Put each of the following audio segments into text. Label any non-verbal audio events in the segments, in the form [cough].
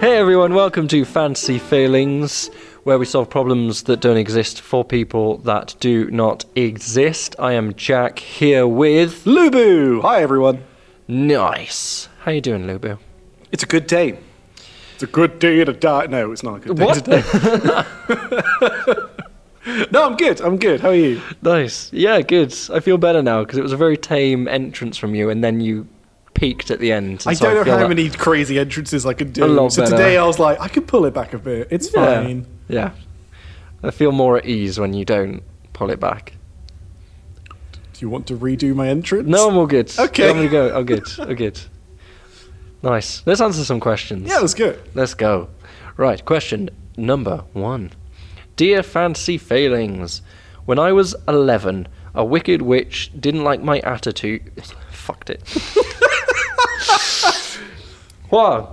Hey everyone, welcome to Fancy Failings, where we solve problems that don't exist for people that do not exist. I am Jack here with Lubu! Hi, everyone. Nice. How you doing, [laughs] Lubu? It's a good day. It's a good day to die. No, it's not a good day What? to die. No, I'm good. I'm good. How are you? [laughs] nice. Yeah, good. I feel better now because it was a very tame entrance from you, and then you peaked at the end. and I so don't know feel how that- many crazy entrances I could do. A lot so better. today I was like, I could pull it back a bit. It's Yeah. fine. Yeah, I feel more at ease when you don't pull it back. Do you want to redo my entrance? No, I'm all good. Okay. I'm gonna go. I'm good. I'm good. Nice. Let's answer some questions. Yeah, that's good. Let's go. Right, question number one. Dear Fancy Failings, when I was 11, a wicked witch didn't like my attitude. [laughs] Fucked it. wow.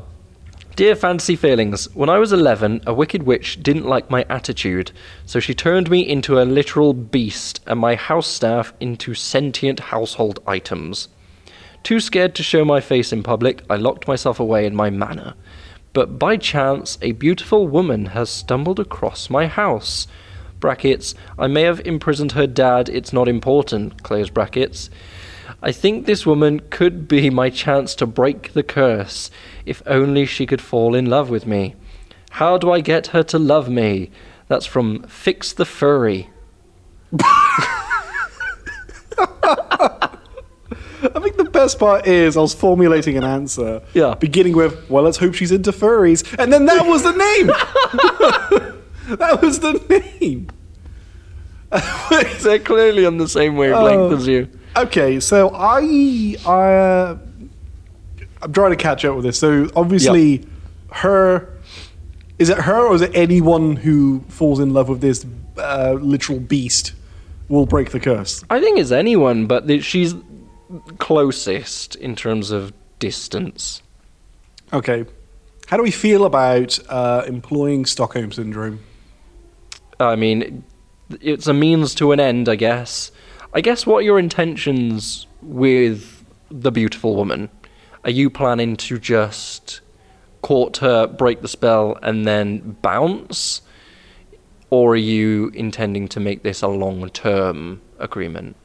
Dear Fancy Failings, when I was 11, a wicked witch didn't like my attitude, so she turned me into a literal beast and my house staff into sentient household items. Too scared to show my face in public, I locked myself away in my manor. But by chance, a beautiful woman has stumbled across my house. Brackets, I may have imprisoned her dad, it's not important. Close brackets. I think this woman could be my chance to break the curse, if only she could fall in love with me. How do I get her to love me? That's from Fix the Furry. I think the best part is I was formulating an answer. Yeah. Beginning with, well, let's hope she's into furries. And then that was [laughs] the name. [laughs] that was the name. [laughs] They're clearly on the same wavelength Oh. as you. Okay, so I, I uh, I'm trying to catch up with this. So obviously, her is it her or is it anyone who falls in love with this uh, literal beast will break the curse? I think it's anyone, but the, she's closest in terms of distance. Okay, how do we feel about uh, employing Stockholm syndrome? I mean, it's a means to an end, I guess. I guess what are your intentions with the beautiful woman? Are you planning to just court her, break the spell, and then bounce? Or are you intending to make this a long term agreement?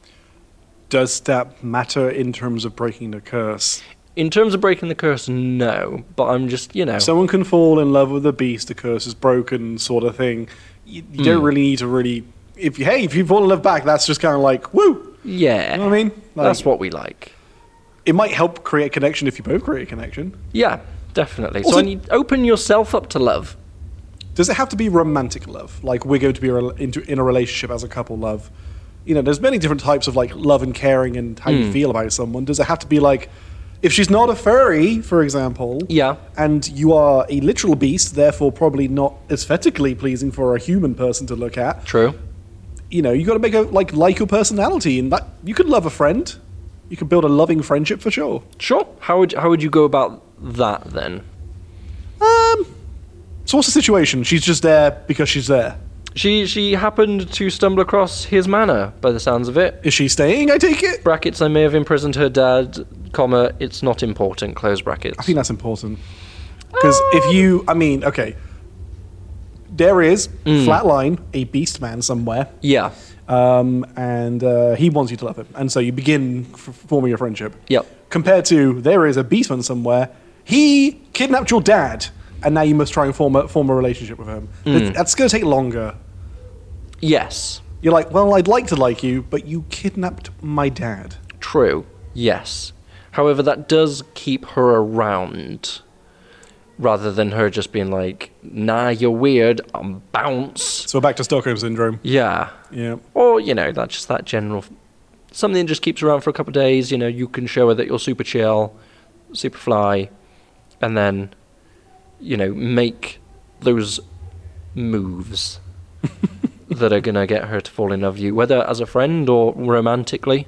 Does that matter in terms of breaking the curse? In terms of breaking the curse, no, but I'm just, you know. Someone can fall in love with the beast, the curse is broken, sort of thing. You, you don't really need to really. If you, hey, if you fall in love back, that's just kind of like woo. yeah. You know what I mean? Like- that's what we like. it might help create a connection if you both create a connection. Yeah, definitely. so Also- I need open yourself up to love. Does it have to be romantic love? Like we're going to be rel- into in a relationship as a couple love. You know, there's many different types of like love and caring and how Hmm. you feel about someone. Does it have to be like if she's not a furry, for example, Yeah. and you are a literal beast, therefore probably not aesthetically pleasing for a human person to look at. True. You know, you got to make a like like your personality, and that you could love a friend, you could build a loving friendship for sure. Sure. How would how would you go about that then? Um, so what's the situation? She's just there because she's there. She she happened to stumble across his manor by the sounds of it. Is she staying? I take it. Brackets. I may have imprisoned her dad. Comma. It's not important. Close brackets. I think that's important because if you, I mean, okay, there is flatline a beast man somewhere, yeah. um, and uh, he wants you to love him, and so you begin f- forming a friendship. Yep. Compared to there is a beastman somewhere, he kidnapped your dad, and now you must try and form a form a relationship with him. That's- That's going to take longer. Yes. You're like, well, I'd like to like you, but you kidnapped my dad. True. Yes. However, that does keep her around, rather than her just being like, "Nah, you're weird. I'm bounce." So we're back to Stockholm syndrome. Yeah. Yeah. Or, you know, that's just that general something that just keeps around for a couple of days, you know, you can show her that you're super chill, super fly, and then, you know, make those [laughs] moves that are gonna get her to fall in love with you, whether as a friend or romantically.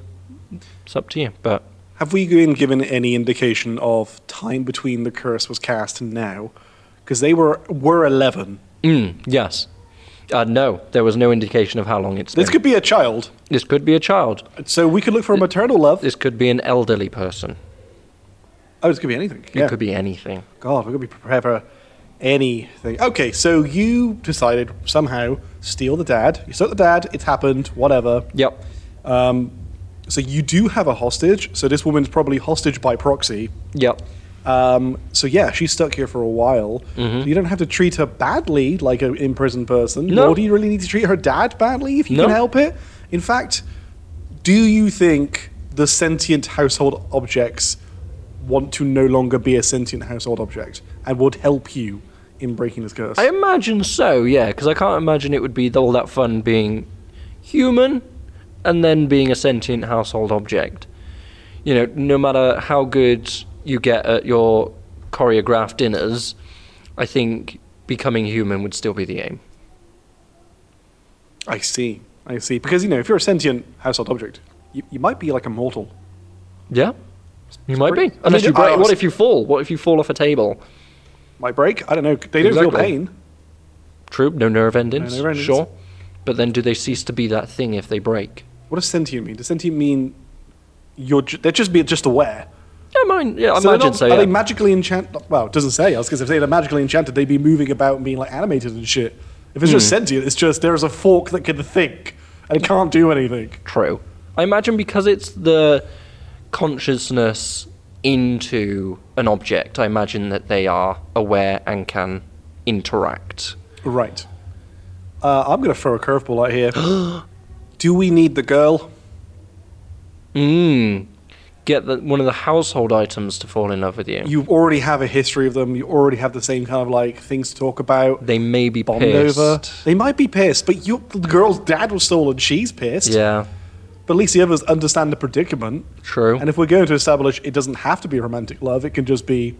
It's up to you. But Have we been given any indication of time between the curse was cast and now? Because they were were eleven. mm, yes. Uh, no, there was no indication of how long it's This been. could be a child, this could be a child. so we could look for a maternal love. This could be an elderly person. Oh, this could be anything. Yeah. It could be anything. God, we could be prepared for anything. Okay, so you decided somehow steal the dad. You stole the dad. It's happened. Whatever. Yep. Um, so you do have a hostage. So this woman's probably hostage by proxy. Yep. Um, so yeah, she's stuck here for a while. You don't have to treat her badly like an imprisoned person. Mm-hmm. No. Nor do you really need to treat her dad badly if you No. can help it. In fact, do you think the sentient household objects want to no longer be a sentient household object and would help you in breaking this curse? I imagine so, yeah, because I can't imagine it would be all that fun being human and then being a sentient household object. You know, no matter how good you get at your choreographed dinners, I think becoming human would still be the aim. I see. I see. Because you know, if you're a sentient household object, you, you might be like a mortal. Yeah, you might pretty- be. I Unless mean, you break. I was- What if you fall? What if you fall off a table? Might break. I don't know. They don't feel Exactly. pain. True, no nerve endings. nerve endings. Sure, but then do they cease to be that thing if they break? What does sentient mean? Does sentient mean you're ju- they're just be just aware? Yeah, mine. Yeah, I So they're imagine not- so. Are Yeah. they magically enchanted? Well, it doesn't say. I was because if they're magically enchanted, they'd be moving about and being like animated and shit. If it's just Hmm. sentient, it's just there is a fork that can think and it can't do anything. True. I imagine because it's the consciousness into an object, I imagine that they are aware and can interact. Right. Uh, I'm gonna throw a curveball [gasps] out here. do we need the girl? Mm. Get the, one of the household items to fall in love with you. You already have a history of them. You already have the same kind of like things to talk about. They may be Bond pissed. over. They might be pissed, but you, the girl's dad was stolen. She's pissed. Yeah, But at least the others understand the predicament. true. And if we're going to establish it doesn't have to be romantic love, it can just be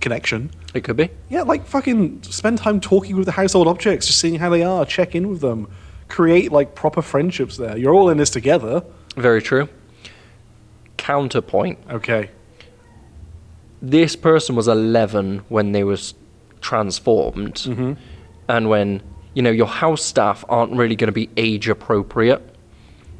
connection. it could be. Yeah, like fucking spend time talking with the household objects, just seeing how they are, check in with them, create like proper friendships there. You're all in this together. Very true. Counterpoint. Okay. this person was 11 when they was transformed and when you know your house staff aren't really going to be age appropriate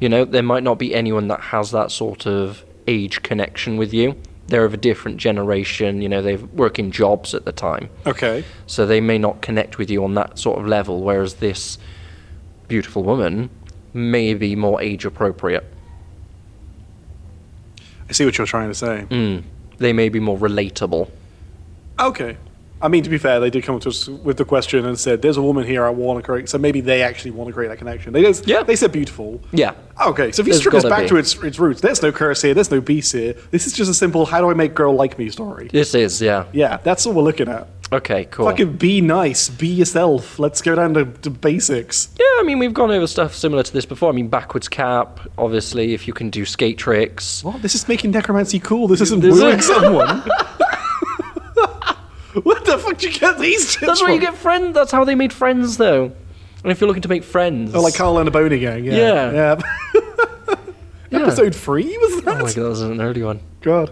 you know there might not be anyone that has that sort of age connection with you they're of a different generation you know they work in jobs at the time Okay. so they may not connect with you on that sort of level whereas this beautiful woman may be more age appropriate I see what you're trying to say. mm. they may be more relatable Okay. I mean, to be fair, they did come to us with the question and said, "There's a woman here I want to create." So maybe they actually want to create that connection. They just, Yeah. they said beautiful. yeah Okay, so if you There's strip this gotta back be. to its, its roots, there's no curse here, there's no beast here. This is just a simple how do I make girl like me story. this is yeah Yeah, that's all we're looking at. okay cool Fucking be nice, be yourself. Let's go down to, to basics. Yeah, I mean, we've gone over stuff similar to this before. I mean, backwards cap, obviously, if you can do skate tricks. What? This is making necromancy cool. This isn't This is- wooing someone. [laughs] what the fuck did you get these tips That's where you from? get friends. That's how they made friends, though. And if you're looking to make friends. Oh, like Carl and the Boney Gang. Yeah. Yeah. [laughs] yeah. Episode three was Oh my that? god, that was an early one. God.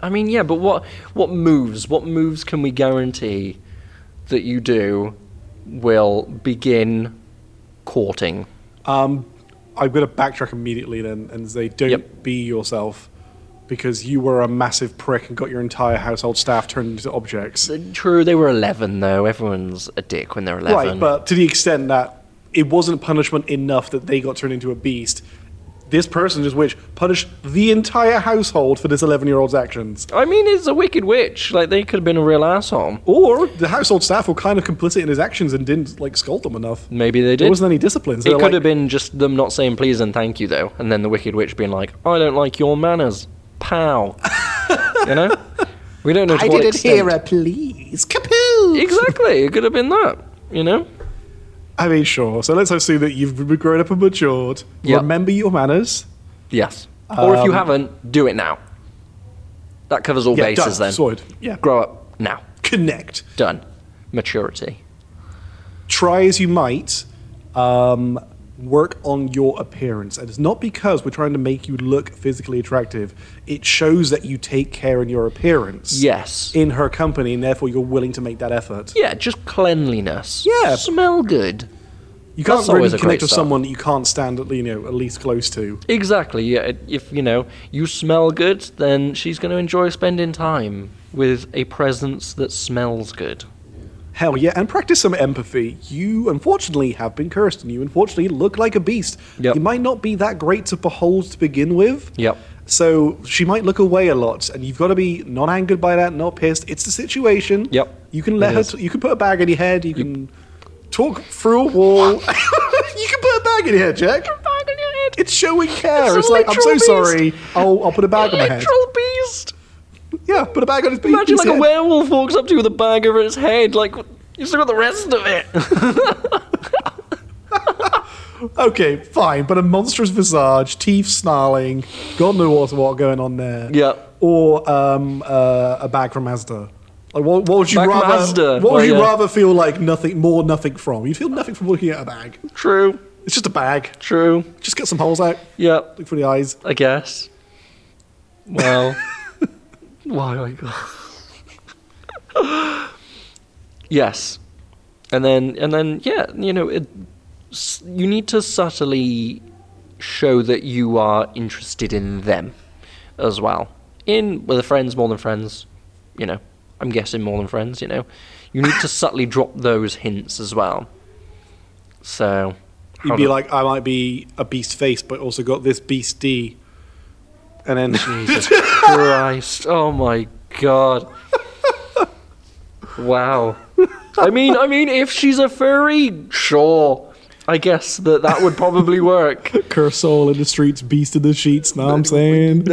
I mean, yeah, but what what moves? What moves can we guarantee that you do will begin courting? Um, I'm going to backtrack immediately then and say don't Yep. be yourself because you were a massive prick and got your entire household staff turned into objects. True, they were 11 though. Everyone's a dick when they're 11. Right, but to the extent that it wasn't punishment enough that they got turned into a beast, this person just wish punished the entire household for this 11 year old's actions. I mean, it's a wicked witch. Like they could have been a real asshole. Or the household staff were kind of complicit in his actions and didn't like scold them enough. Maybe they There did. wasn't any discipline. So It they're could like, have been just them not saying please and thank you though, and then the Wicked Witch being like, "I don't like your manners, [laughs] pow." you know, we don't know. To I what didn't extent. hear a please. Kapoo! Exactly, it could have been that. You know, I mean, sure. So let's assume that you've grown up and matured. Yeah. Remember your manners. yes. or if you Um, haven't, do it now. That covers all Yeah, bases done. then. Sorted. Yeah. Grow up now. Connect. Done. Maturity. try as you might, um, work on your appearance. And it's not because we're trying to make you look physically attractive. It shows that you take care in your appearance. Yes. In her company, and therefore you're willing to make that effort. yeah, just cleanliness. Yeah. Smell good. You can't That's really always a connect great with start. someone that you can't stand at you know at least close to. Exactly. Yeah. If you know you smell good, then she's going to enjoy spending time with a presence that smells good. Hell yeah, and practice some empathy. You unfortunately have been cursed, and you unfortunately look like a beast. Yep. You might not be that great to behold to begin with. Yep. So she might look away a lot, and you've got to be not angered by that, not pissed. It's the situation. Yep. You can let It her. is. T- you can put a bag on your head. You can talk through [laughs] a wall. [laughs] you can put a bag on your head, Jack. It's showing care. It's, It's a like I'm so literal beast. sorry. I'll, I'll put a bag on my head. Literal [laughs] beast. Yeah, put a bag on his beak. Imagine his like a head. werewolf walks up to you with a bag over its head. Like you still got the rest of [laughs] it. Okay, fine, but a monstrous visage, teeth snarling, God knows what going on there. Yeah. Or um, uh, a bag from Asda. Like, what, what would you Bag from rather? Asda. What Well, would you yeah. rather feel like nothing more, nothing from? You feel nothing from looking at a bag. true. It's just a bag. True. Just get some holes out. Yep. Look for the eyes. I guess. Well. [laughs] why do I go? [laughs] yes, and then and then yeah, you know, it, s- you need to subtly show that you are interested in them as well. In with the friends more than friends, you know. I'm guessing more than friends, you know. You need to subtly drop those hints as well. So You'd how be do- like, I might be a beast face, but also got this beast D. And [laughs] then Jesus Christ. Oh my god. Wow. I mean, I mean, if she's a furry, sure. I guess that that would probably [laughs] work. curse soul in the streets, beast in the sheets. Know what [laughs] I'm saying?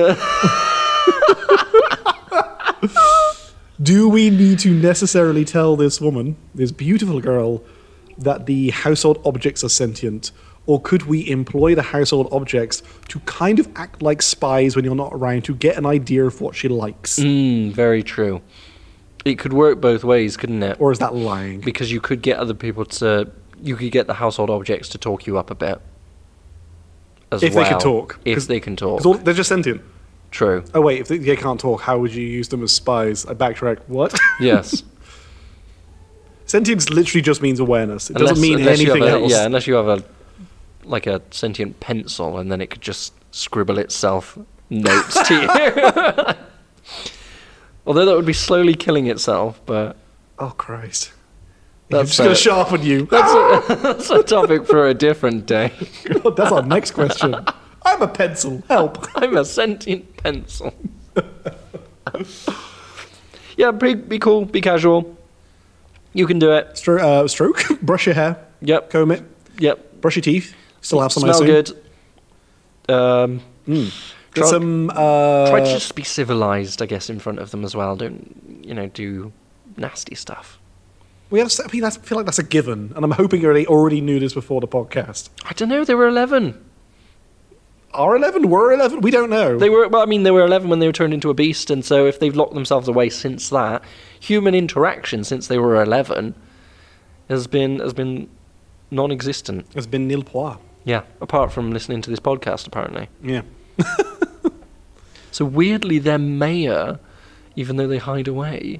Do we need to necessarily tell this woman, this beautiful girl, that the household objects are sentient? Or could we employ the household objects to kind of act like spies when you're not around to get an idea of what she likes? Mm, very true. It could work both ways, couldn't it? Or is that lying? Because you could get other people to, you could get the household objects to talk you up a bit. As If they could well, talk, 'cause- If they can 'Cause talk. all- they're just sentient. True. Oh, wait, if they, they can't talk, how would you use them as spies? I backtrack. What? [laughs] Yes. Sentience literally just means awareness, it doesn't Unless- mean unless you anything have a- else. Yeah, unless you have a like a sentient pencil, and then it could just scribble itself notes to you. [laughs] Although that would be slowly killing itself, but Oh, Christ. I'm That's just going to fair. sharpen [laughs] you. that's a, [laughs] that's a topic for a different day. [laughs] God, that's our next question. [laughs] I'm a pencil. Help. I'm a sentient pencil. [laughs] yeah, be, be cool, be casual. You can do it. Stro- uh, stroke. [laughs] Brush your hair. Yep, Comb it. yep. Brush your teeth. Still have some. I Smell assume. good. Um, Get Try- some. Uh, Try to just be civilized, I guess, in front of them as well. Don't, you know, do nasty stuff. we have. I mean, that's, I feel like that's a given, and I'm hoping they already knew this before the podcast. I don't know. They were eleven. Are eleven? Were eleven? We don't know. They were. Well, I mean, they were eleven when they were turned into a beast, and so if they've locked themselves away since that, human interaction since they were eleven has been has been non-existent. it's been nil pois. Yeah, apart from listening to this podcast, apparently. Yeah. So weirdly, their mayor, even though they hide away,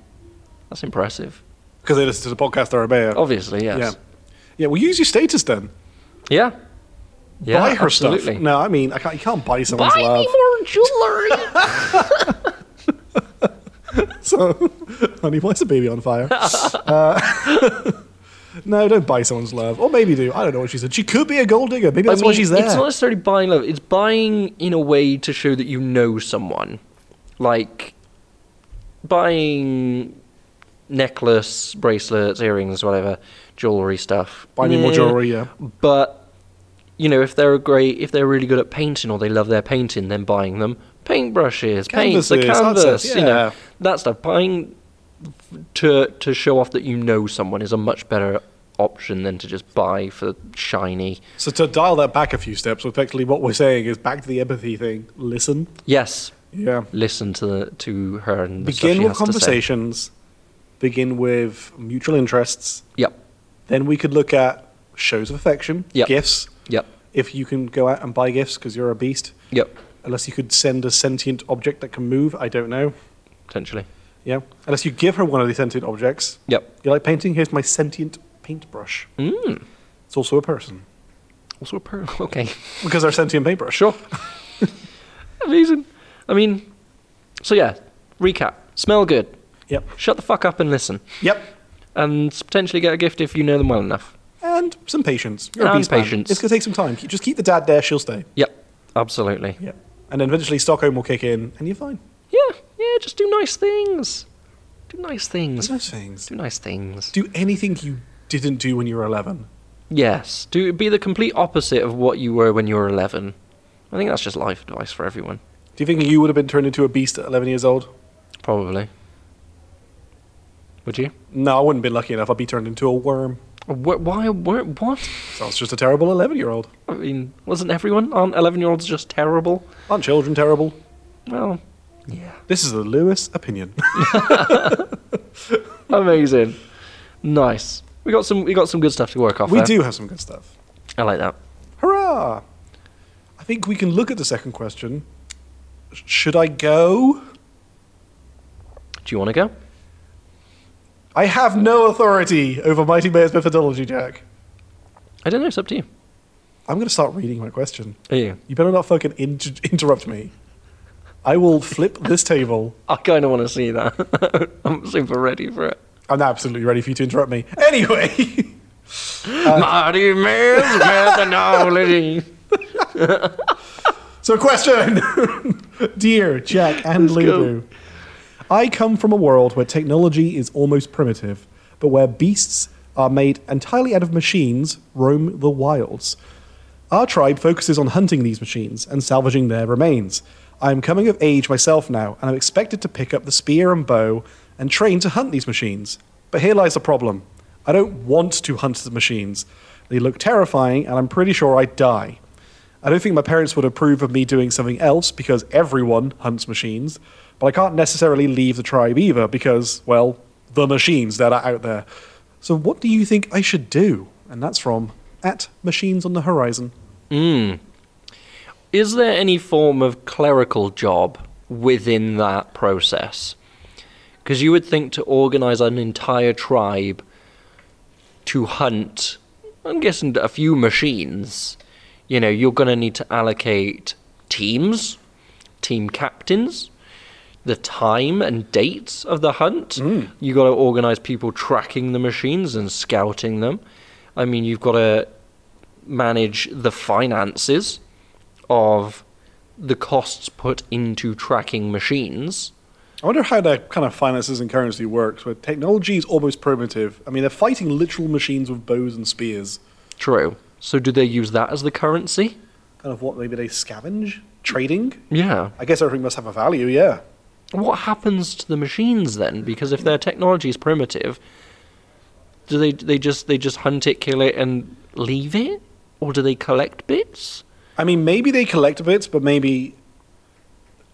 that's impressive. Because they listen to the podcast. They're a bear. Obviously, yeah. Oh, yes. Yeah. Well, use your status then. Yeah. Yeah. buy her absolutely. stuff. No, I mean, I can't, you can't buy someone's love. more [laughs] jewelry. So, honey, why's the baby on fire? [laughs] Uh, [laughs] no, don't buy someone's love. Or maybe do. I don't know what she said. She could be a gold digger. Maybe that's why she's there. It's not necessarily buying love. It's buying in a way to show that you know someone, like buying necklace, bracelets, earrings, whatever, jewelry stuff. Buy me more jewelry, yeah. But you know, if they're great, if they're really good at painting or they love their painting, then buying them paintbrushes, paints, the Canvases, canvas, that's it, you yeah. know, that stuff. Buying to to show off that you know someone is a much better option than to just buy for shiny. So to dial that back a few steps, effectively what we're saying is back to the empathy thing. Listen. Yes, Yeah. listen to the, to her and the stuff Begin she with has to say. conversations. Begin with mutual interests. Yep, Then we could look at shows of affection, Yep. gifts. yep, If you can go out and buy gifts because you're a beast, yep. unless you could send a sentient object that can move, I don't know. Potentially, Yeah. Unless you give her one of these sentient objects. yep. You like painting? Here's my sentient paintbrush. Mm. It's also a person Also a pearl. Okay, because they're sentient paintbrush. sure. [laughs] Amazing. I mean, so yeah. Recap: smell good. Yep. Shut the fuck up and listen. Yep. and potentially get a gift if you know them well enough. And some patience. You're a And beast man. patience. It's going to take some time. Keep- Just keep the dad there, she'll stay. Yep, absolutely. Yeah. And then eventually Stockholm will kick in, and you're fine. Yeah, yeah, just do nice things. Do nice things. There's no things. Do nice things. Do anything you didn't do when you were 11. Yes, do be the complete opposite of what you were when you were 11. I think that's just life advice for everyone, Do you think you would have been turned into a beast at 11 years old? probably. Would you? No, I wouldn't have been lucky enough. I'd be turned into a worm. Wh- Why? Where, what? So I was just a terrible 11 year old. I mean, wasn't everyone? Aren't 11 year olds just terrible? Aren't children terrible? Well, yeah. This is the Lewis [laughs] opinion. Amazing. Nice. We got some. We got some good stuff to work off. we there. do have some good stuff. I like that. Hurrah! I think we can look at the second question. Sh- Should I go? Do you want to go? I have no authority over Mighty Bear's methodology, Jack. I don't know. It's up to you. I'm going to start reading my question. Are you? You better not fucking inter- interrupt me. I will flip this table. I kind of want to see that. [laughs] I'm super ready for it. I'm absolutely ready for you to interrupt me. Anyway, [laughs] Uh, Marty Mills methodology. so question. [laughs] Dear Jack and Let's go. Lulu, I come from a world where technology is almost primitive, but where beasts are made entirely out of machines roam the wilds. Our tribe focuses on hunting these machines and salvaging their remains. I am coming of age myself now, and I'm expected to pick up the spear and bow and train to hunt these machines. But here lies the problem I don't want to hunt the machines. They look terrifying, and I'm pretty sure I'd die. I don't think my parents would approve of me doing something else because everyone hunts machines, but I can't necessarily leave the tribe either because, well, the machines that are out there. So, what do you think I should do? And that's from at Machines on the Horizon. Hmm. Is there any form of clerical job within that process? Because you would think to organize an entire tribe to hunt, I'm guessing a few machines, you know, you're going to need to allocate teams, team captains, the time and dates of the hunt. you got to organize people tracking the machines and scouting them. I mean, you've got to manage the finances of the costs put into tracking machines. I wonder how the kind of finances and currency works, where technology is almost primitive. I mean, they're fighting literal machines with bows and spears. True. So do they use that as the currency? Kind of what maybe they scavenge? Trading? Yeah. I guess everything must have a value, yeah. What happens to the machines then? Because if their technology is primitive, do they they just they just hunt it, kill it, and leave it, or do they collect bits? I mean, maybe they collect bits, but maybe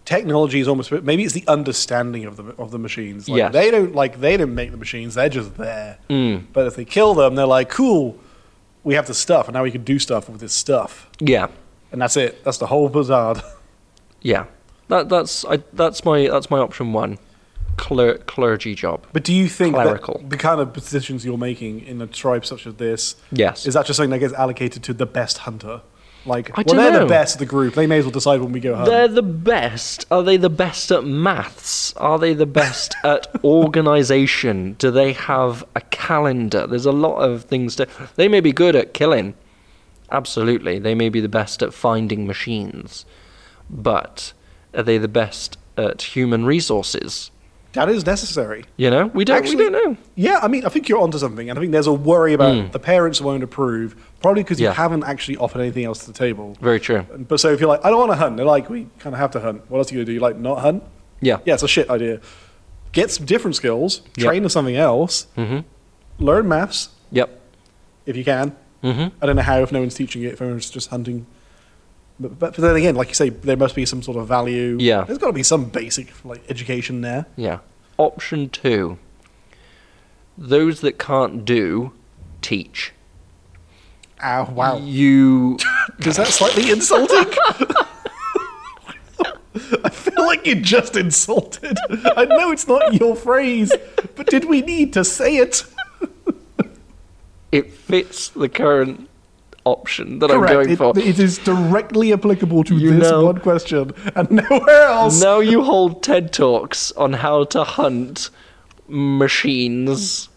technology is almost maybe it's the understanding of the of the machines. Like, Yes. they don't like they don't make the machines; they're just there. Mm. But if they kill them, they're like, "Cool, we have the stuff, and now we can do stuff with this stuff." Yeah. And that's it. That's the whole bazaar. Yeah. That that's I, that's my that's my option one. Cler- clergy job. [laughs] But do you think that Clerical. the kind of positions you're making in a tribe such as this Yes. is that just something that gets allocated to the best hunter? Like, I well, don't they're know. the best of the group. They may as well decide when we go home. They're the best. Are they the best at maths? Are they the best [laughs] at organization? Do they have a calendar? There's a lot of things to. They may be good at killing. Absolutely. They may be the best at finding machines. But are they the best at human resources? that is necessary. You know, we don't, we Actually- don't know. Yeah, I mean, I think you're onto something, and I think there's a worry about the parents won't approve, probably because Mm. Yeah. you haven't actually offered anything else to the table. Very true. And- But so if you're like, I don't want to hunt, they're like, we kind of have to hunt. What else are you gonna do? You like not hunt? Yeah. Yeah, it's a shit idea. Get some different skills, Yeah. train to something else, Mhm. learn maths Yep. if you can. Mhm. I don't know how if no one's teaching it, if everyone's just hunting. But, but then again, like you say, there must be some sort of value. Yeah. there's got to be some basic like education there. Yeah. Option two. Those that can't do, teach. Ow! Wow. You Is that [laughs] slightly insulting? I feel like you just insulted. I know it's not your phrase, but did we need to say it? it fits the current option that I'm going Correct. It- for. it is directly applicable to You this know- one question and nowhere else. now you hold TED Talks on how to hunt machines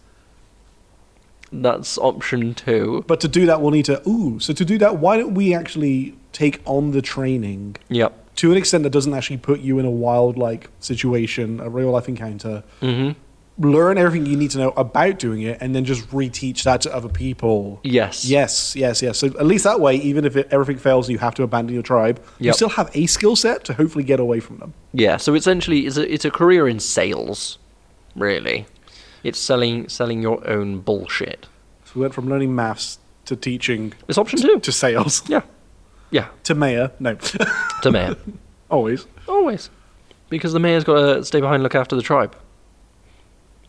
That's option two. But to do that, we'll need to. Ooh, so to do that, why don't we actually take on the training Yep. to an extent that doesn't actually put you in a wild like situation, a real life encounter? hmm Learn everything you need to know about doing it, and then just reteach that to other people. Yes. Yes, yes, yes. So at least that way, even if it, everything fails and you have to abandon your tribe, you Yep. still have a skill set to hopefully get away from them. Yeah. So essentially, it's a it's a career in sales, really. It's selling selling your own bullshit. So we went from learning maths to teaching It's option two. to sales [laughs] Yeah. Yeah. to mayor. No, [laughs] To mayor. always. Always. Because the mayor's got to stay behind and look after the tribe.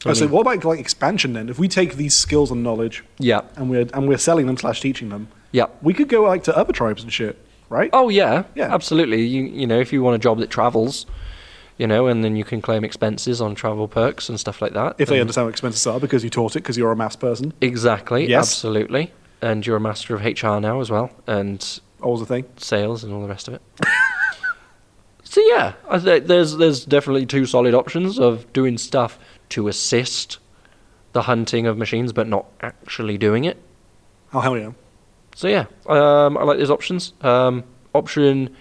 I say, mean- what about like expansion then? If we take these skills and knowledge Yeah. and we're and we're selling them slash teaching them, Yeah. we could go like to other tribes and shit, right? Oh yeah, Yeah. absolutely. You you know, if you want a job that travels, you know, and then you can claim expenses on travel perks and stuff like that. if they then- understand what expenses are because you taught it because you're a maths person, exactly, Yes. absolutely. And you're a master of HR now as well, and always a thing. sales and all the rest of it. [laughs] so yeah, I th- there's there's definitely two solid options of doing stuff to assist the hunting of machines, but not actually doing it. Oh hell yeah! So yeah, um, I like those options. Um, option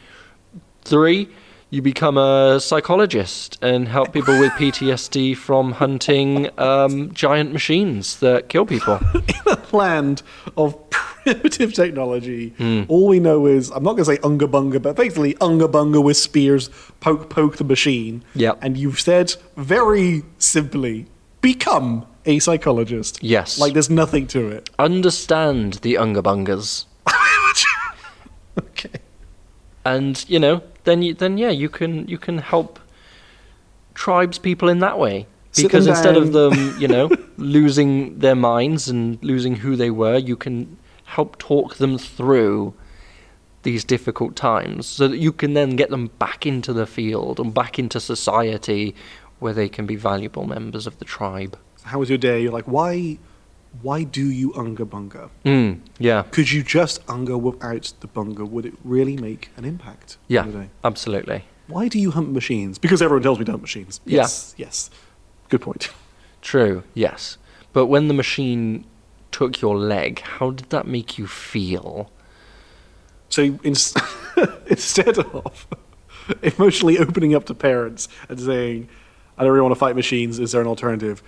three, you become a psychologist and help people with PTSD from hunting um, giant machines that kill people. In a land of [laughs] primitive technology, Hmm. all we know is I'm not going to say unga bunga, but basically unga bunga with spears, poke poke the machine. Yep. And you've said very simply, become a psychologist. Yes. Like there's nothing to [laughs] it. Understand the unga bungas, okay. and you know, then you, then yeah, you can you can help tribes people in that way. Sit them Because instead of down. them, you [laughs] know, losing their minds and losing who they were, you can help talk them through these difficult times so that you can then get them back into the field and back into society where they can be valuable members of the tribe. How was your day? You're like, why, why do you unga bunga? Mm, yeah, Could you just unga without the bunga? Would it really make an impact? on yeah, your day? absolutely. Why do you hunt machines? Because everyone tells me to hunt machines. Yeah. Yes. Yes. Good point. True, yes. But when the machine took your leg, how did that make you feel? So in, [laughs] instead of emotionally opening up to parents and saying, I don't really want to fight machines, is there an alternative?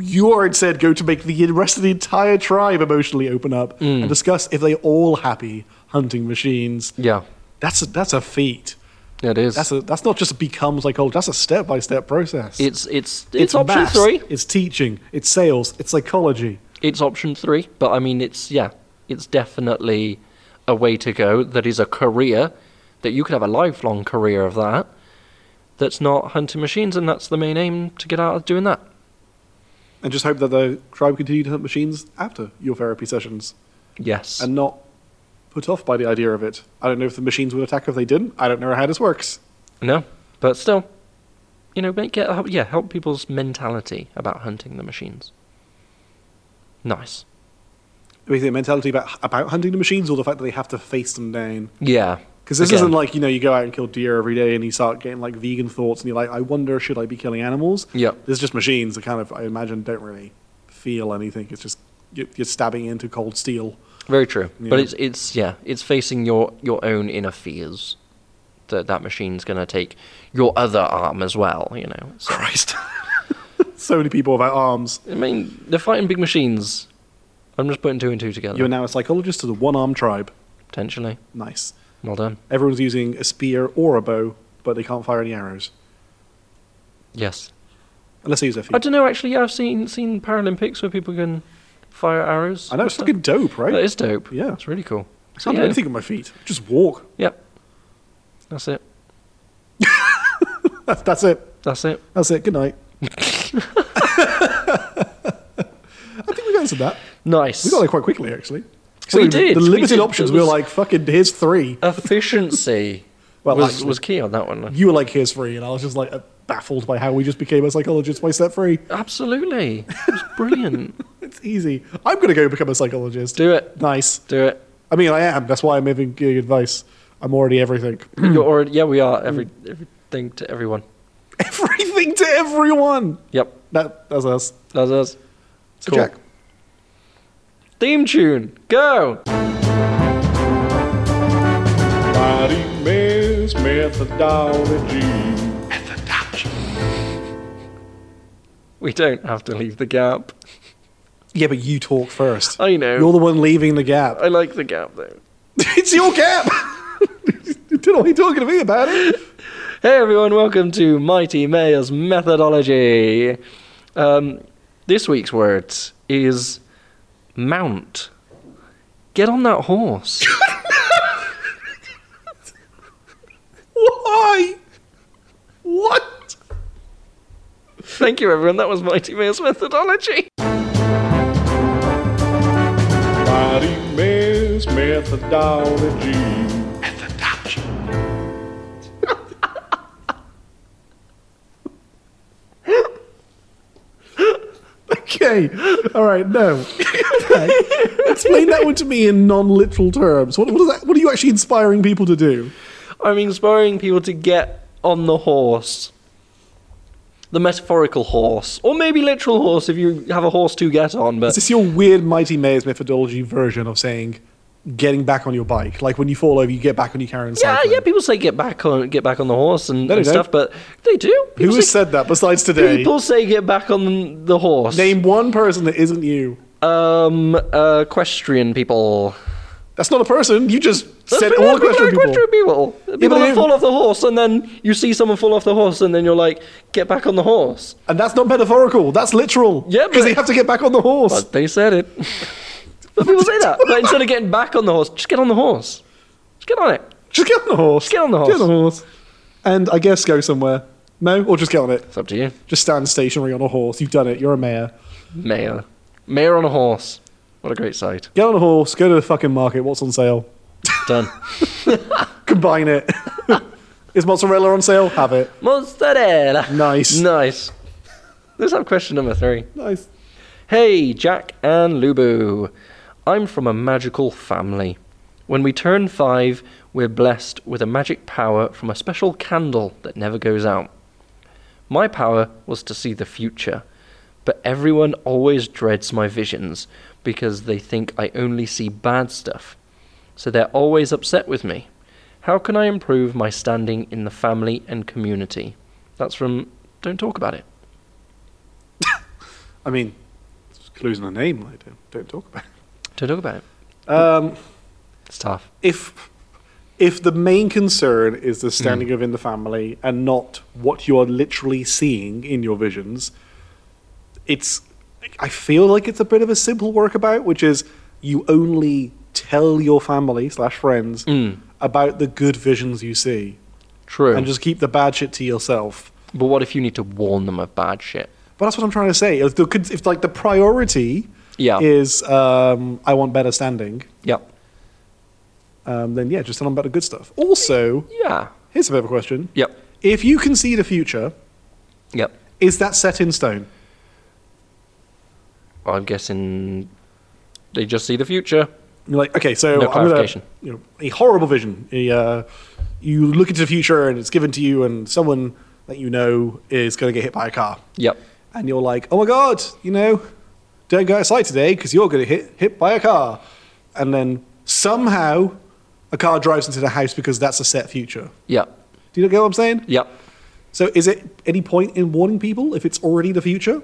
You are instead going to make the rest of the entire tribe emotionally open up Mm. and discuss if they all happy hunting machines. Yeah, That's a, that's a feat. it is. That's a, that's not just become psychology. That's a step by step process. it's, it's, it's, option maths, three. It's teaching. It's sales. It's psychology. It's option three, but I mean, it's yeah, it's definitely a way to go. That is a career that you could have a lifelong career of that. That's not hunting machines, and that's the main aim to get out of doing that. And just hope that the tribe continue to hunt machines after your therapy sessions. Yes, and not put off by the idea of it. I don't know if the machines would attack if they didn't. I don't know how this works. no, but still, you know, make it help, yeah, help people's mentality about hunting the machines. Nice. It makes the mentality about about hunting the machines or the fact that they have to face them down. Yeah, Because this Again. isn't like you know you go out and kill deer every day and you start getting like vegan thoughts and you're like I wonder should I be killing animals? Yep. There's just machines that kind of I imagine don't really feel anything. It's just you- you're stabbing into cold steel. Very true. You know? But it's it's yeah, it's facing your your own inner fears. That that machine's gonna take your other arm as well. You know. So, Christ. so many people without arms. I mean, they're fighting big machines. I'm just putting two and two together. You're now a psychologist to the one-armed tribe. potentially. Nice. Well done. Everyone's using a spear or a bow, but they can't fire any arrows Yes. unless they use their feet. I don't know. Actually, yeah, I've seen seen Paralympics where people can fire arrows. I know and it's stuff. fucking dope, right? That is dope. Yeah. It's really cool. I So, can't do yeah. anything with my feet. Just walk. Yep. That's it. That's, that's it. That's it. That's it. [laughs] Good night. [laughs] I think we've answered that. Nice. We got there quite quickly, actually. We Considering did, The we limited did. options. It We were was- like, fucking, here's three. Efficiency. [laughs] Well, was actually- was key on that one. You were like, here's three. And I was just like, uh, baffled by how we just became a psychologist by step three. Absolutely. It was brilliant. [laughs] It's easy. I'm going to go become a psychologist. Do it. Nice. Do it. I mean, I am. That's why I'm giving giving advice. I'm already everything. [laughs] You're already, yeah, we are every everything to everyone. everything to everyone. Yep, That, that's us. that's us. So, Cool. Jack, Theme tune, go! Mighty Miss Methodology. We don't have to leave the gap. Yeah, but you talk first. I know. You're the one leaving the gap. I like the gap though. [laughs] it's your gap. [laughs] you don't know what you're talking to me about it. Hey everyone, welcome to Mighty Mayor's Methodology. Um, this week's word is mount. Get on that horse. Why? What? Thank you everyone, that was Mighty Mayor's Methodology. Mighty Miss Methodology. Okay. All right. No. Okay. Explain that one to me in non-literal terms. What, what, is that, what are you actually inspiring people to do? I'm inspiring people to get on the horse. The metaphorical horse. Or maybe literal horse if you have a horse to get on, Is but this your weird Mighty Mays methodology version of saying getting back on your bike? Like when you fall over, you get back on your car and yeah, cycle. yeah. People say get back on, get back on the horse and, No, and they don't. stuff, but they do. Who People has say, said that besides today? people say get back on the horse. Name one person that isn't you. Um, uh, equestrian people. That's not a person. You just said People- all people question are people. equestrian people. People but that they- fall off the horse, and then you see someone fall off the horse, and then you're like, get back on the horse. And that's not metaphorical. That's literal. Yeah, because but- they have to get back on the horse. But they said it. [laughs] but people say that. But instead of getting back on the horse, just get on the horse. Just get on it. just get on the horse. get on the Get on the horse. And I guess go somewhere. No, or just get on it. It's up to you. Just stand stationary on a horse. You've done it. You're a mayor. Mayor. Mayor on a horse. What a great sight. Get on a horse. Go to the fucking market. What's on sale? Done. Combine it. [laughs] Is mozzarella on sale? Have it. [laughs] Mozzarella. Nice. Nice. Let's have question number three. Nice. Hey, Jack and Lubu. I'm from a magical family. When we turn five, we're blessed with a magic power from a special candle that never goes out. My power was to see the future, but everyone always dreads my visions because they think I only see bad stuff. So they're always upset with me. How can I improve my standing in the family and community? That's from Don't Talk About It. I mean, it's clues in the name. I don't, don't talk about it. Don't Talk About It. Um, It's tough. if if the main concern is Hmm. the standing within the family and not what you are literally seeing in your visions, it's I feel like it's a bit of a simple workabout, which is you only tell your family slash friends about the good visions you see, Hmm. Mm, True. and just keep the bad shit to yourself. But what if you need to warn them of bad shit? But that's what I'm trying to say. If, the, cons- if like the priority Yeah. is um, I want better standing, Yep. um, then yeah, just tell them about the good stuff. Also, Yeah. here's a bit of a question. Yep. If you can see the future, Yep. is that set in stone? Well, I'm guessing they just see the future. You're like, okay, so No I'm gonna- clarification. you know, a horrible vision. A, uh, you look into the future and it's given to you, and someone that you know is going to get hit by a car, Yep. and you're like, oh my god, you know, don't go outside today because you're going to hit hit by a car, and then somehow a car drives into the house because that's a set future. Yep. Do you get what I'm saying? Yep. So, is it any point in warning people if it's already the future?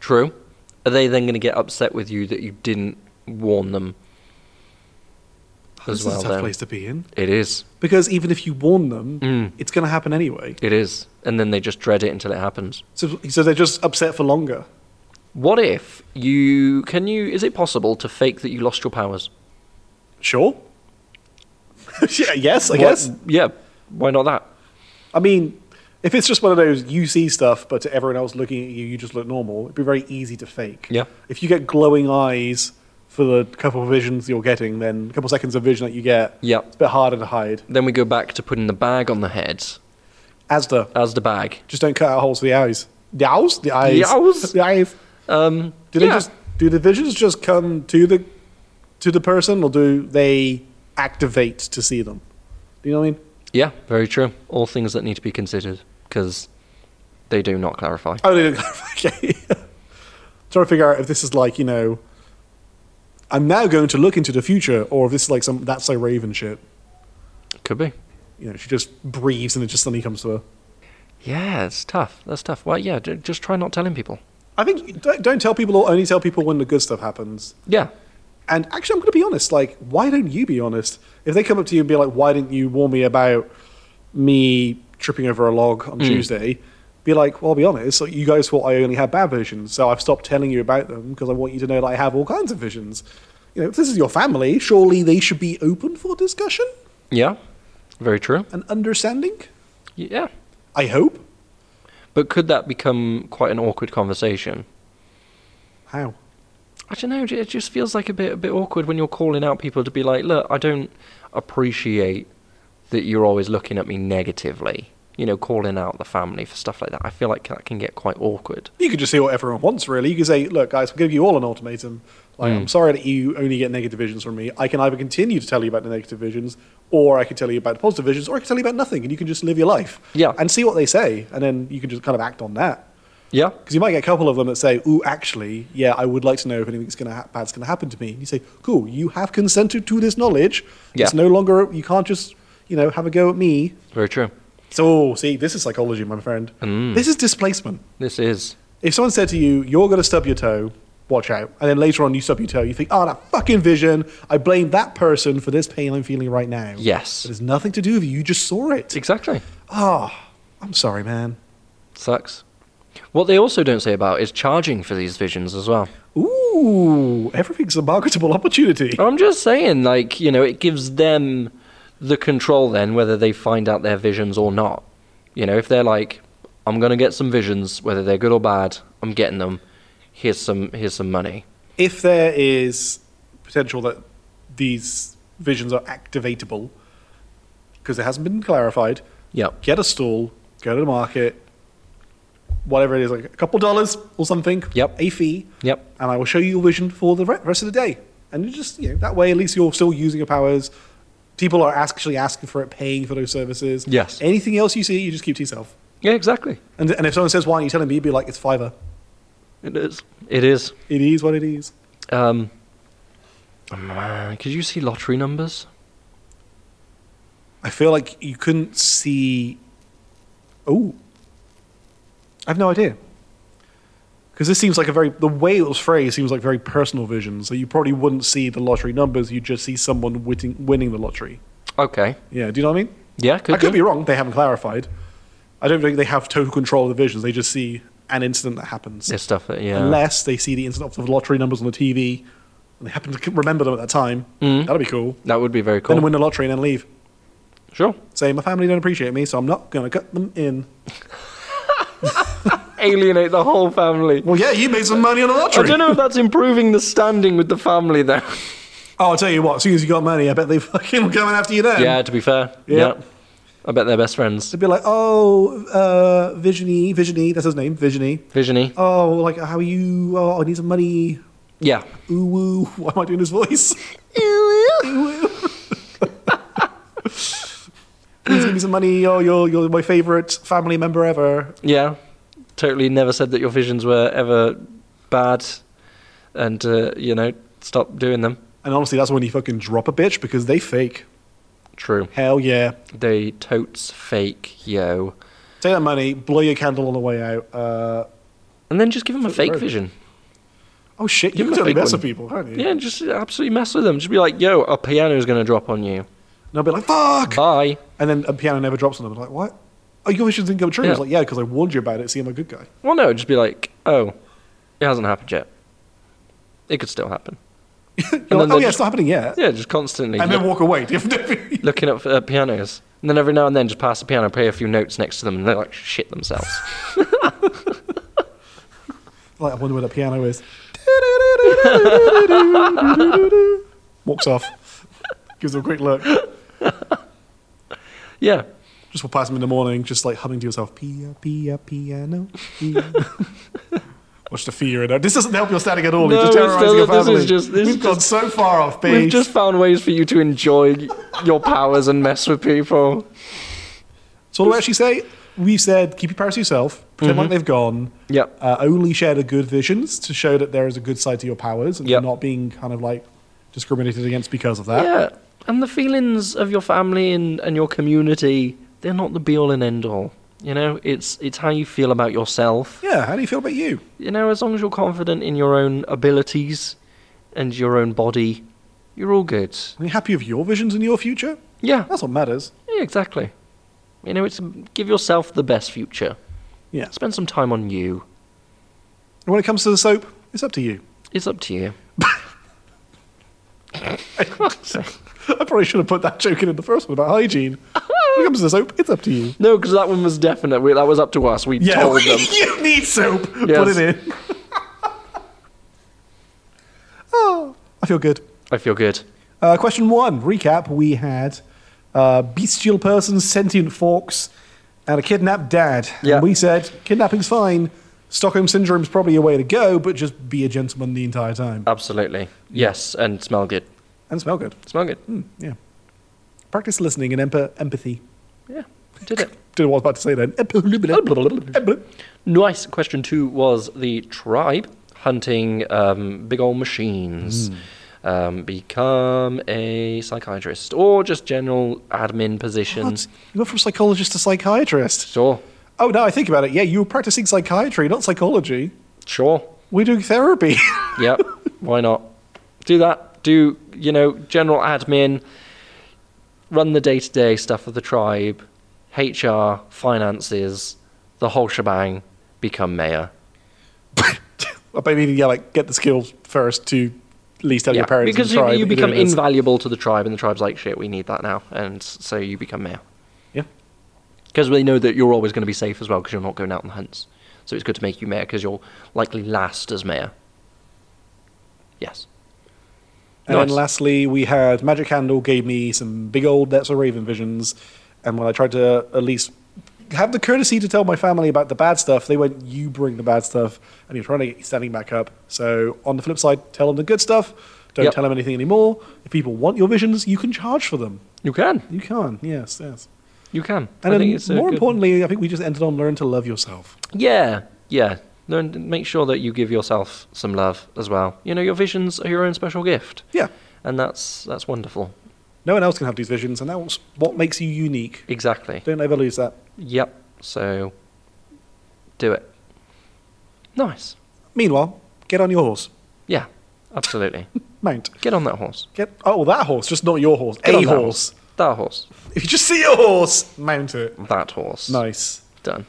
True. Are they then going to get upset with you that you didn't warn them? As this well, is a tough then. place to be in. It is. Because even if you warn them, Mm. it's going to happen anyway. It is. And then they just dread it until it happens. So, so they're just upset for longer. What if you can you? Is it possible to fake that you lost your powers? Sure. [laughs] yeah, yes, I What- guess. Yeah. Why not that? I mean, if it's just one of those you see stuff, but to everyone else looking at you, you just look normal, it'd be very easy to fake. Yeah. If you get glowing eyes for the couple of visions you're getting, then a couple seconds of vision that you get, Yeah. it's a bit harder to hide. Then we go back to putting the bag on the head Asda, as the bag. just don't cut out holes for the eyes. The eyes? The eyes. The eyes? The eyes. Um. Do they yeah. just do the visions just come to the to the person, or do they activate to see them? Do you know what [laughs] I mean? Yeah, very true. All things that need to be considered because they do not clarify. [laughs] Oh, they don't. okay. Trying to figure out if this is like you know I'm now going to look into the future, or if this is like some that's so Raven shit. Could be. You know, she just breathes and it just suddenly comes to her. Yeah, it's tough. That's tough. Well, yeah, j- just try not telling people. I think don't, don't tell people, or only tell people when the good stuff happens. Yeah. And actually, I'm going to be honest. Like, why don't you be honest? If they come up to you and be like, "Why didn't you warn me about me tripping over a log on Tuesday?" Be like, "Well, I'll be honest. Like, you guys thought I only had bad visions, so I've stopped telling you about them because I want you to know that I have all kinds of visions. You know, if this is your family, surely they should be open for discussion Yeah. Very true. and understanding. Yeah. I hope. But could that become quite an awkward conversation? How? I don't know. It just feels like a bit a bit awkward when you're calling out people to be like, "Look, I don't appreciate that you're always looking at me negatively." You know, calling out the family for stuff like that. I feel like that can get quite awkward. You could just say what everyone wants, really. You could say, look, guys, we'll give you all an ultimatum. Like, Hmm. I'm sorry that you only get negative visions from me. I can either continue to tell you about the negative visions, or I can tell you about the positive visions, or I can tell you about nothing, and you can just live your life. Yeah. And see what they say, and then you can just kind of act on that. Yeah. Because you might get a couple of them that say, ooh, actually, yeah, I would like to know if anything's gonna ha- bad's going to happen to me. And you say, cool, you have consented to this knowledge. Yeah. It's no longer, you can't just, you know, have a go at me. Very true. So, see, this is psychology, my friend. Hmm. This is displacement. This is. If someone said to you, you're going to stub your toe, watch out. And then later on, you stub your toe, you think, oh, that fucking vision. I blame that person for this pain I'm feeling right now. Yes. It has nothing to do with you. You just saw it. Exactly. Oh, I'm sorry, man. Sucks. What they also don't say about is charging for these visions as well. Ooh, everything's a marketable opportunity. I'm just saying, like, you know, it gives them the control then whether they find out their visions or not. You know, if they're like, I'm gonna get some visions, whether they're good or bad, I'm getting them. Here's some here's some money. If there is potential that these visions are activatable, because it hasn't been clarified, Yep. get a stall, go to the market, whatever it is, like a couple dollars or something. Yep. A fee. Yep. and I will show you your vision for the re- rest of the day. And you just, you know, that way at least you're still using your powers. People are actually asking for it, paying for those services. Yes. Anything else you see, you just keep to yourself. Yeah, exactly. And, and if someone says, why aren't you telling me? You'd be like, it's Fiverr. It is. It is. It is what it is. Um Man, could you see lottery numbers? I feel like you couldn't see. Oh. I have no idea. Because this seems like a very, the way it was phrased seems like very personal vision. So you probably wouldn't see the lottery numbers. You'd just see someone winning, winning the lottery. Okay. Yeah. Do you know what I mean? Yeah, could, [laughs] I could be wrong. They haven't clarified. I don't think they have total control of the visions. They just see an incident that happens. There's stuff that yeah. Unless they see the incident of the lottery numbers on the TV and they happen to c- remember them at that time. Mm. That'd be cool. That would be very cool. Then win the lottery and then leave. sure. Say, my family don't appreciate me, so I'm not going to cut them in. Alienate the whole family. Well, yeah, you made some money on the I lottery. don't know if that's improving the standing with the family though. Oh, I'll tell you what, as soon as you got money, I bet they [laughs] fucking were coming after you then. Yeah, to be fair. Yeah. Yeah. I bet they're best friends. They'd be like, oh, uh, Visiony, Visiony, that's his name, Visiony. Visiony. Oh, like, how are you? Oh, I need some money. Yeah. Ooh, woo. [laughs] Why am I doing this voice? [laughs] Please give me some money. Oh, you're, you're my favorite family member ever. Yeah. Totally never said that your visions were ever bad and, uh, you know, stop doing them. And honestly, that's when you fucking drop a bitch because they fake. True. Hell yeah. They totes fake, yo. Take that money, blow your candle on the way out. Uh, And then just give them a Fuck the fake road. vision. oh shit, you Give can them a totally fake mess one. with people, can't you? Yeah, just absolutely mess with them. Just be like, yo, a piano's going to drop on you. And I'll be like, fuck! Bye. And then a piano never drops on them. I'm like, what? Oh, your wishes didn't come true. I was Yeah. like, yeah, because I warned you about it. See, I'm a good guy. [laughs] Well, no, just be like, oh, it hasn't happened yet. It could still happen. You're then like, they oh, yeah, just- it's not happening yet. Yeah, just constantly. And then walk away. [laughs] looking up at pianos. And then every now and then just pass the piano, play a few notes next to them, and they like shit themselves. Like, I wonder where that piano [laughs] is. Walks off. [laughs] Gives them a quick look. yeah. Just will pass them in the morning, just like humming to yourself, Pia, Pia, piano. Pia. [laughs] Watch the fear in her. This doesn't help your standing at all. No, You're just it's terrorizing your not- this family. is just- this We've is gone so far off base. We've just found ways for you to enjoy your powers and mess with people. so, what do we actually say? We said, keep your powers to yourself, pretend Mm-hmm. like they've gone. Yep. Uh, only share the good visions to show that there is a good side to your powers and Yep. not being kind of like discriminated against because of that. yeah, and the feelings of your family and, and your community, they're not the be all and end all. You know, it's it's how you feel about yourself. Yeah, how do you feel about you? You know, as long as you're confident in your own abilities and your own body, you're all good. Are you happy with your visions and your future? Yeah, That's what matters. yeah exactly. You know, it's give yourself the best future. Yeah. Spend some time on you. And when it comes to the soap, it's up to you. It's up to you. [laughs] I probably should have put that joke in, in the first one about hygiene. when it comes to the soap, it's up to you. No, because that one was definite. We, that was up to us. We [laughs] told them. you need soap. Put Yes. it [laughs] in. oh, I feel good. [laughs] I feel good. Uh, question one recap we had uh, bestial persons, sentient forks, and a kidnapped dad. Yeah. And we said kidnapping's fine. Stockholm syndrome's probably a way to go, but just be a gentleman the entire time Absolutely. Yes, and smell good. and smell good. Smell good. Hmm, yeah. Practice listening and emp- empathy. Yeah, did it. Don't know what I was about to say then. Nice. Question two was the tribe hunting um, big old machines. Um, become a psychiatrist or just general admin What? positions. You went from psychologist to psychiatrist. Sure, Oh, now I think about it. Yeah, you were practicing psychiatry, not psychology. sure. We're doing therapy. [laughs] Yep. Why not? Do that. Do you know general admin? Run the day-to-day stuff of the tribe, HR, finances, the whole shebang. Become mayor. But I mean, yeah, like get the skills first to at least tell your parents. and because you, try you that you're become doing this. invaluable to the tribe, and the tribe's like, shit, we need that now. And so you become mayor. Yeah. Because they know that you're always going to be safe as well, because you're not going out on hunts. So it's good to make you mayor, because you'll likely last as mayor. Yes. And Nice. then lastly, we had Magic Handle gave me some big old That's a Raven visions, and when I tried to at least have the courtesy to tell my family about the bad stuff, they went, "You bring the bad stuff," and you're trying to get you standing back up. So on the flip side, tell them the good stuff. Don't Yep. tell them anything anymore. If people want your visions, you can charge for them. You can. You can, yes, yes. You can. And I then think it's a more good- importantly, I think we just ended on learn to love yourself. Yeah, yeah. Learn, make sure that you give yourself some love as well. You know, your visions are your own special gift, Yeah. and that's that's wonderful. No one else can have these visions, and that's what makes you unique. Exactly. Don't ever lose that. Yep. So, do it. Nice. Meanwhile, get on your horse. Yeah, [laughs] absolutely. Mount. Get on that horse. Get oh that horse, just not your horse. Get a on that horse. [laughs] That horse. If you just see a horse, mount it. That horse. Nice. [laughs] Done.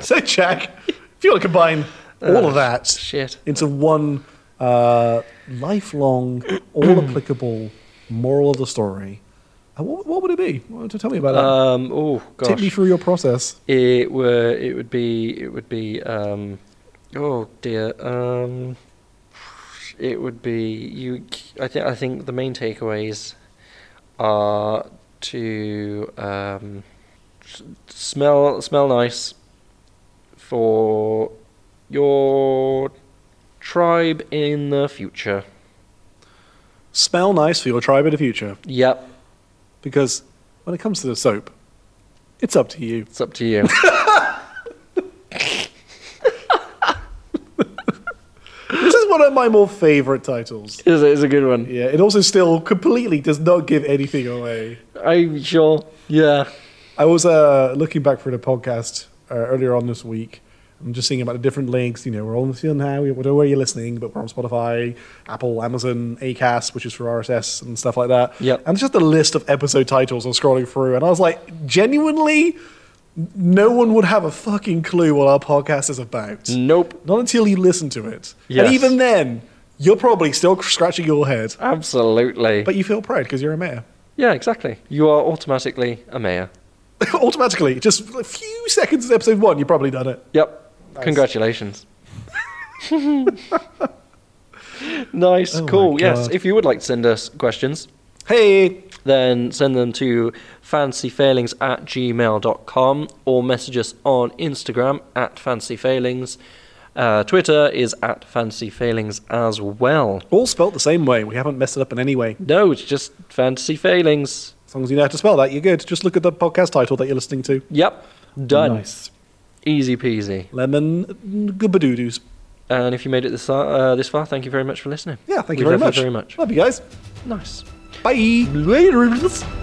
So Jack, if you want to combine all of that Shit. into one uh, [clears throat] lifelong, all applicable moral of the story, uh, what, what would it be? What, tell me about that. Um. Oh Take me gosh. through your process. It were. It would be. It would be. Um. Oh dear. Um. It would be you. I think. I think the main takeaways are to um, s- smell smell nice for your tribe in the future. Smell nice for your tribe in the future, Yep, because when it comes to the soap, it's up to you. it's up to [laughs] you. This is one of my more favorite titles. it's, a, it's a good one. Yeah, it also still completely does not give anything away. I'm sure. Yeah. I was uh, looking back for the podcast uh, earlier on this week. I'm just seeing about the different links. You know, we're on the now. We don't know where you're listening, but we're on Spotify, Apple, Amazon, Acast, which is for RSS and stuff like that. Yep. And it's just a list of episode titles I'm scrolling through, and I was like, genuinely, no one would have a fucking clue what our podcast is about. Nope. Not until you listen to it, Mm. Yes. and even then, you're probably still scratching your head, Absolutely. but you feel proud because you're a mayor. [laughs] Yeah, exactly. You are automatically a mayor. Automatically, just a few seconds of episode one, you've probably done it. Yep. Nice. [laughs] Congratulations. nice, Oh my cool. Yes, God. if you would like to send us questions, Hey, then send them to fancyfailings at gmail.com or message us on Instagram at fancyfailings. Uh, Twitter is at fancyfailings as well. All spelt the same way. We haven't messed it up in any way. No, it's just fantasy failings. As long as you know how to spell that, you're good. Just look at the podcast title that you're listening to. Yep, done. Nice. Easy peasy. Lemon gabadoodles. And if you made it this, far- uh, this far, thank you very much for listening. Yeah, thank We you very love much. very much. Love you guys. Nice. Bye. Later.